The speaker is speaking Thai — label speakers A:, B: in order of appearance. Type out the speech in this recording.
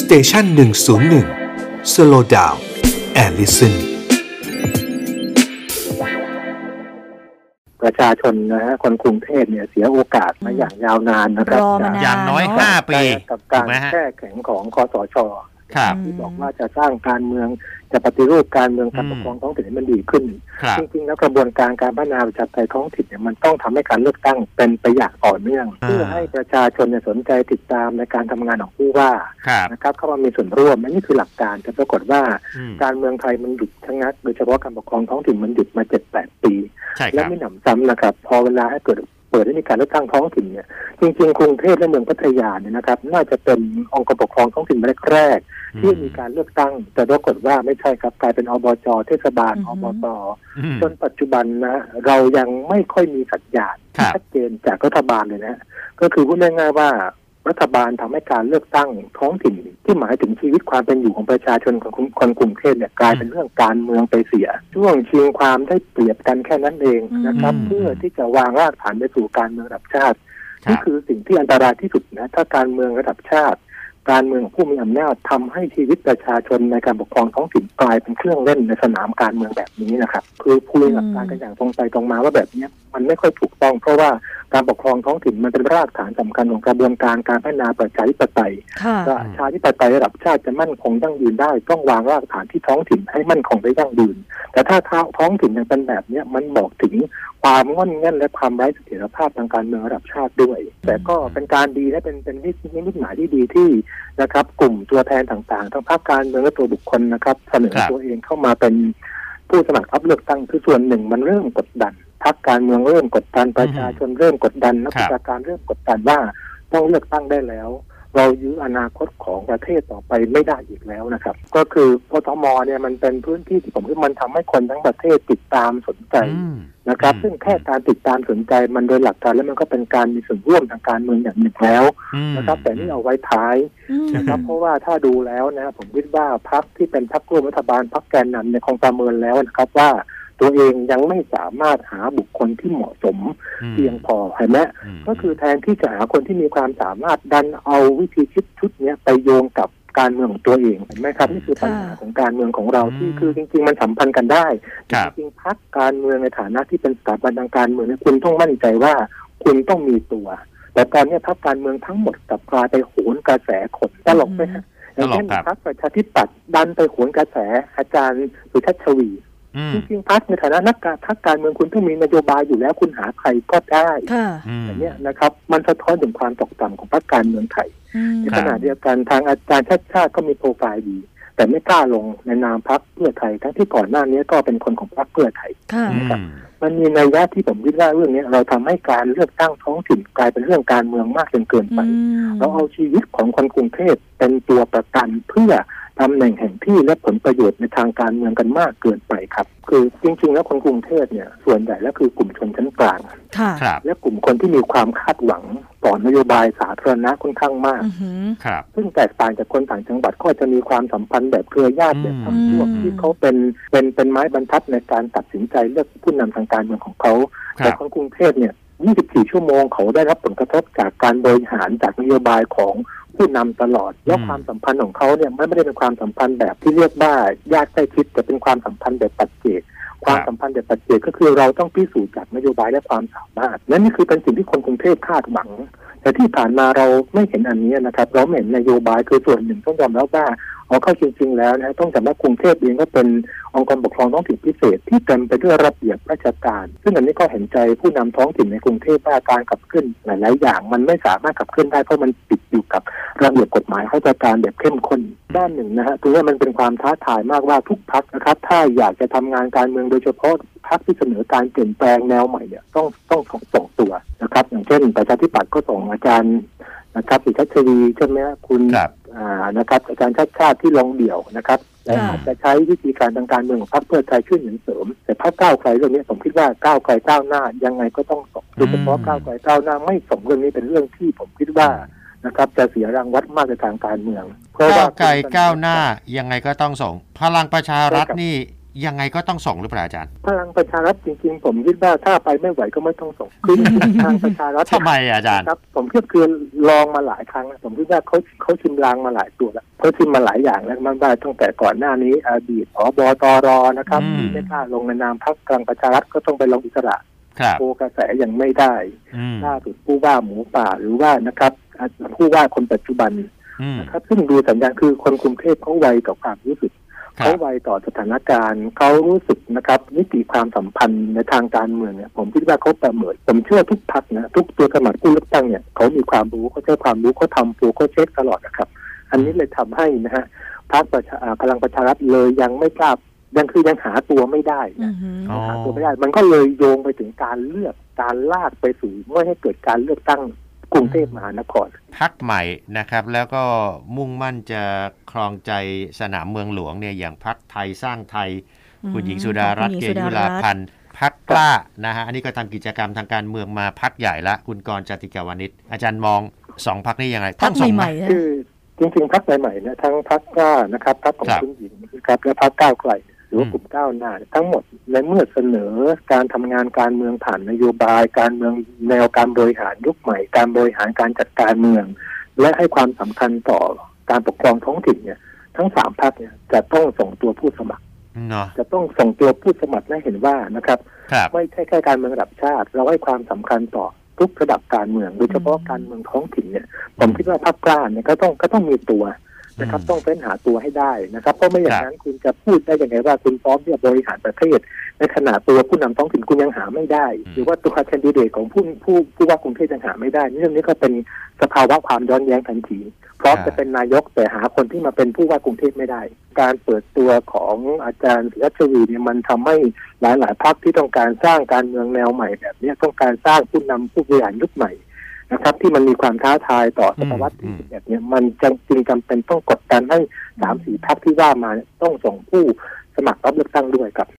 A: สเตชันหนึ่งศูนย์หนึ่งสโลดาวแอลลิสัน
B: ประชาชนนะฮะคนกรุงเทพเนี่ยเสียโอกาสมาอย่างยาวนานนะครับ
C: รอมานน
D: อย่างน้อย
C: อ่า
D: ห้าปี
B: กับ
D: ถู
B: กาก ร
D: ไหมฮะ
B: แช่แข็งของคอสช
D: ครับ
B: ที่บอกว่าจะสร้างการเมืองจะปฏิรูปการเมืองการ
D: อืม
B: ปกครองท้องถิ่นให้มันดีขึ้น
D: ครับ
B: จริงๆแล้วกระบวนการการพัฒนาประชาธิปไตยท้องถิ่นเนี่ยมันต้องทำให้การเลือกตั้งเป็นไปอย่างต่อเนื่อง เพื่อให้ประชาชนเนี่ยสนใจติดตามในการทำงานของผู้ว่า
D: ครับ
B: นะครับเข้ามามีส่วนร่วมอันนี้คือหลักการแต่ปรากฏว่า
D: อืม
B: การเมืองไทยมันหยุดชะงักโดยเฉพาะการปกครองท้องถิ่นมันหยุดมาเจ็ดแปดปี
D: ใช่ค
B: และ
D: รับ
B: ไม่หนำซ้ำนะครับ พอเวลาให้เกิดเปิดให้มีการเลือกตั้งท้องถิ่นเนี่ยจริงๆกรุงเทพและเมืองพัทยาเนี่ยนะครับ น่าจะเป็นองค์กรปกครองท้องถิ่นแรกๆที่มีการเลือกตั้ง แต่ปรากฏว่าไม่ใช่ครับกลายเป็นอบจเทศบาล
C: อื
B: อ
C: อฮึ
B: บต
D: อืม
B: จนปัจจุบันนะเรายังไม่ค่อยมีสัญญาณ
D: ครั
B: ที่
D: บ
B: ชัดเจนจากรัฐบาลเลยนะก็คือพูดง่ายๆว่ารัฐบาลทำให้การเลือกตั้งท้องถิ่น ที่หมายถึงชีวิตความเป็นอยู่ของประชาชนของคนกรุงเทพเนี่ยกลายเป็นเรื่องการเมืองไปเสีย ช่วงชิงความได้เปรียบกันแค่นั้นเองนะครับ
D: อืม
B: เพื่อที่จะวางรากฐานไปสู่การเมืองระดับชาติ
D: ค
B: นี่
D: รับ
B: คือสิ่งที่อันตรายที่สุดนะถ้าการเมืองระดับชาติ การเมืองของผู้มีอำนาจทำให้ชีวิตประชาชนในการปกครองท้องถิ่นกลายเป็นเครื่องเล่นในสนามการเมืองแบบนี้นะครับ คือพูดหลักการกันอย่างตรงไปตรงมาว่าแบบเนี้ยมันไม่ค่อยถูกต้อง เพราะว่าการปกครองท้องถิ่นมันเป็นรากฐานสำคัญของกระบวนการการพัฒนาประชาธิปไตย
C: ค่ะ
B: ประชาธิปไตยระดับชาติจะมั่นคงยั่งยืนได้ ต้องวางรากฐานที่ท้องถิ่นให้มั่นคงได้ยั่งยืน แต่ถ้าท้องถิ่นยังเป็นแบบเนี้ยมันบอกถึงความง่อนเง่นและความไร้เสถียรภาพทางการเมืองระดับชาติด้วย แต่ก็เป็นการดีและเป็นเป็นนิสนิมิตหมายที่ดีที่นะครับ กลุ่มตัวแทนต่างๆ ทั้งภาคการเมืองและตัวบุคคลนะครับ เสนอ
D: ครับ
B: ตัวเองเข้ามาเป็นผู้สมัครรับเลือกตั้งคือส่วนหนึ่งมันเริ่มกดดันพรรคการเมืองเริ่มกดดันประชาชนเริ่มกดดันนักวิชาการเริ่มกดดันว่าต้องเลือกตั้งได้แล้ว เรายื้ออนาคตของประเทศต่อไปไม่ได้อีกแล้วนะครับ ก็คือกทมเนี่ยมันเป็นพื้นที่ที่ผมว่ามันทำให้คนทั้งประเทศติดตามสนใจ
D: อืม
B: นะครับ
D: อืม
B: ซึ่งแค่การติดตามสนใจมันโดยหลักการแล้วมันก็เป็นการมีส่วนร่วมทางการเมืองอย่างหนึ่งแล้ว
D: อืม
B: นะครับ แต่นี่เอาไว้ท้ายนะครับ
D: อืม
B: เพราะว่าถ้าดูแล้วนะผมคิดว่าพรรคที่เป็นพรรคร่วมรัฐบาลพรรคแกนนำเนี่ยคงประเมินแล้วนะครับว่า ตัวเองยังไม่สามารถหาบุคคลที่เหมาะสม
D: อืม
B: เพียงพอเห็นไหม
D: ม
B: ก็คือแทนที่จะหาคนที่มีความสามารถดันเอาวิธีคิดชุดเนี้ยไปโยงกับการเมืองของตัวเองเห็นไหมครับนี่คือปัญหาของการเมืองของเราที่คือจริง ๆ มันสัมพันธ์กันได้
D: ครับ
B: จริงๆพักการเมืองในฐานะที่เป็นสถาบันทางการเมืองเนี่ยคุณต้องมั่นใจว่าคุณต้องมีตัว แต่ตอนเนี้ยพักการเมืองทั้งหมดกลับกลายไปโหนกระแสขนตลกไหมฮะอ
D: ต
B: ย่าง
D: ล
B: เช่
D: ก
B: น
D: ครับ
B: พักประชาธิปัตย์ดันไปโหนกระแสอาจารย์สุทัศน์ชวี
D: อืม
B: จริงๆพักในฐานะนักการพักการเมืองคุณต้องมีนโยบายอยู่แล้วคุณหาใครก็ได้
C: ค่ะ
D: อืม
B: เนี่ยนะครับมันสะท้อนถึงความตกต่ำของพรรคการเมืองไทย
C: อืม
B: ในข
D: ครับ
B: ณะเดียวกันทางอาจารย์ชาติชาติก็มีโปรไฟล์ดี แต่ไม่กล้าลงในนามพรรคเพื่อไทย ทั้งที่ก่อนหน้านี้ก็เป็นคนของพรรคเพื่อไทย
C: ค่ะ
D: อืม
B: มันมีนัยยะที่ผมคิดว่าเรื่องนี้เราทำให้การเลือกตั้งท้องถิ่นกลายเป็นเรื่องการเมืองมากจนเกินไป เราเอาชีวิตของคนกรุงเทพเป็นตัวประกันเพื่อตำแหน่งแห่งที่และผลประโยชน์ในทางการเมืองกันมากเกินไปครับ คือจริงๆ แล้วคนกรุงเทพเนี่ยส่วนใหญ่แล้วคือกลุ่มชนชั้นกลาง
C: ค่ะ
D: ครับ
B: และกลุ่มคนที่มีความคาดหวังต่อนโยบายสาธารณะค่อนข้างมาก
C: อือหือ
D: ครับ
B: ซึ่งแตกต่างจากคนต่างจังหวัดก็อาจจะมีความสัมพันธ์แบบเครือญาติแบบ
D: อื
B: ทั้ง
D: ม
B: พวกที่เขาเป็นเป็นเป็นไม้บรรทัดในการตัดสินใจเลือกผู้นำทางการเมืองของเขา
D: ค
B: แต่
D: รับ
B: คนกรุงเทพเนี่ย 24 ชั่วโมงเขาได้รับผลกระทบจากการบริหารจากนโยบายของผู้นำตลอด แล้ว
D: อืม
B: ความสัมพันธ์ของเขาเนี่ยมันไม่ได้เป็นความสัมพันธ์แบบที่เรียกว่าญาติใกล้ชิดแต่เป็นความสัมพันธ์แบบปัจเจก ความสัมพันธ์แบบปัจเจกก็คือเราต้องพิสูจน์จากนโยบายและความสามารถและนี่คือเป็นสิ่งที่คนกรุงเทพคาดหวัง แต่ที่ผ่านมาเราไม่เห็นอันนี้นะครับ เราไม่เห็นนโยบายคือส่วนหนึ่งต้องยอมรับว่าเอาเข้าจริงๆแล้วนะต้องจำว่ากรุงเทพเองก็เป็นองค์กรปกครองท้องถิ่นพิเศษที่เต็มไปด้วยระเบียบราชการ ซึ่งอันนี้ก็เห็นใจผู้นำท้องถิ่นในกรุงเทพว่าการขับเคลื่อนหลายๆอย่าง มันไม่สามารถขับเคลื่อนได้เพราะมันติดอยู่กับระเบียบกฎหมายราชการแบบเข้มข้นด้านหนึ่งนะฮะตัวนี้มันเป็นความท้าทายมากว่าทุกพักนะครับ ถ้าอยากจะทำงานการเมืองโดยเฉพาะพรรคที่เสนอการเปลี่ยนแปลงแนวใหม่เนี่ยต้องต้องส่งส่งตัวนะครับ อย่างเช่นประชาธิปัตย์ก็ส่งอาจารย์นะครับสิทัชวีใช่ไหมฮะคุณ
D: ครับ
B: อ่านะครับอาจารย์ชาติชาติที่ลงเดี่ยวนะครับและ
C: ค่ะ
B: อาจจะใช้วิธีการทางการเมืองของพรรคเพื่อไทยช่วยหนุนเสริม แต่พรรคก้าวไกลเรื่องนี้ผมคิดว่าก้าวไกลก้าวหน้ายังไงก็ต้องส่งโดยเฉพาะ
D: อืม
B: ก้าวไกลก้าวหน้าไม่ส่งเรื่องนี้เป็นเรื่องที่ผมคิดว่านะครับจะเสียรางวัลมากในทางการเมือง เพราะ
D: ก้า
B: ว่า
D: วไกลก้าวหน้ายังไงก็ต้องส่ง พลังประชารัฐนี่
C: ยังไงก็ต้องส่งหรือเปล่าอาจารย์
B: พลังประชารัฐจริงๆ ผมคิดว่าถ้าไปไม่ไหวก็ไม่ต้องส่งคือจริงๆทางประชารัฐ
C: ทำไมอาจารย์
B: ครับ ผมคิดคือลองมาหลายครั้งแล้วผมคิดว่าเขาเขาชิมลางมาหลายตัวแล้วเขาชิมมาหลายอย่างแล้วมันว่าตั้งแต่ก่อนหน้านี้อดีตอบตรนะครับ
C: อืม
B: ที่ไม่กล้าลงในนามพรรคพลังประชารัฐก็ต้องไปลงอิสระ
C: ครับ
B: โกกระแสยังไม่ได้
C: อืม
B: ล่าสุดผู้ว่าหมูป่าหรือว่านะครับอ่ะผู้ว่าคนปัจจุบัน
C: อืม
B: ครับซึ่งดูสัญญาณคือคนกรุงเทพเขาไวต่อความรู้สึก
C: ครั
B: เขา
C: บ
B: ไวต่อสถานการณ์เขารู้สึกนะครับมิติความสัมพันธ์ในทางการเมืองเนี่ยผมคิดว่าเขาประเมินผมเชื่อทุกพักนะทุกตัวสมัครผู้เลือกตั้งเนี่ยเขามีความรู้เขาใช้ความรู้เขาทำปูเขาเช็คตลอดนะครับ อันนี้เลยทำให้นะฮะพรรคประชาอ่าพลังประชารัฐเลยยังไม่กล้ายังคือยังหาตัวไม่ได้นะ
D: อือหือ
C: อ๋อ
B: หาตัวไม่ได้มันก็เลยโยงไปถึงการเลือกการลากไปสู่ไม่ให้เกิดการเลือกตั้งกรุงเทพมหานคร
C: พักใหม่นะครับ แล้วก็มุ่งมั่นจะครองใจสนามเมืองหลวงเนี่ยอย่างพักไทยสร้างไทย คุณหญิงสุดารัตน์เก
D: คุณหญิงสุ
C: ยุ
D: ด
C: รา
D: รัตน์
C: พันธ์พักกล้านะฮะอันนี้ก็ทำกิจกรรมทางการเมืองมาพักใหญ่ละคุณกรณ์จติกาวนิชอาจารย์มองสองพักนี้ยังไง
D: พั
C: ต้
D: ก
C: องส่ง
D: ให
C: ไหม
D: ม่ๆนะ
B: คือจริงๆพักใหม่ๆเนี่ยทั้งพักกล้านะครับพักของ
C: ครับ
B: คุณหญิงนะครับและพักก้าวไกลหรือว่า
C: อืม
B: กลุ่มก้าวหน้าเนี่ยทั้งหมดในเมื่อเสนอการทำงานการเมืองผ่านนโยบาย การเมืองแนวการบริหารยุคใหม่ การบริหารการจัดการเมือง และให้ความสำคัญต่อการปกครองท้องถิ่นเนี่ยทั้งสามพักเนี่ยจะต้องส่งตัวผู้สมัคร
C: เนาะ
B: จะต้องส่งตัวผู้สมัครและเห็นว่านะครับ
C: ครับ
B: ไม่ใช่แค่การเมืองระดับชาติ เราให้ความสำคัญต่อทุกระดับการเมืองโดยเฉพาะการเมืองท้องถิ่นเนี่ย ผมคิดว่าภาคกล้าเนี่ยก็ต้องก็ต้องมีตัวนะครับ
C: ม
B: ต้องเฟ้นหาตัวให้ได้นะครับเพราะไม่อย่างนั้นคุณจะพูดได้ยังไงว่าคุณพร้อมที่จะบริหารประเทศ ในขณะตัวผู้นำท้องถิ่นคุณยังหาไม่ได้
C: อืม
B: หรือว่าตัวแคนดิเดตของผู้ผู้ผู้ว่ากรุงเทพยังหาไม่ได้นี่เรื่องนี้ก็เป็นสภาวะความย้อนแย้งทันทีพร้อมจะเป็นนายกแต่หาคนที่มาเป็นผู้ว่ากรุงเทพไม่ได้ การเปิดตัวของอาจารย์ศิรัชวีเนี่ยมันทำให้หลายหลายๆพรรคที่ต้องการสร้างการเมืองแนวใหม่แบบเนี้ยต้องการสร้างผู้นำผู้บริหารยุคใหม่ นะครับที่มันมีความท้าทายต่อศตวรรษ
C: อื
B: ที่
C: ม
B: สิบเอ็ดเนี่ยมันจำจึงจำเป็นต้องกดดันให้สามสี่พักที่ว่ามาเนี่ยต้องส่งผู้สมัครรับเลือกตั้งด้วยครับ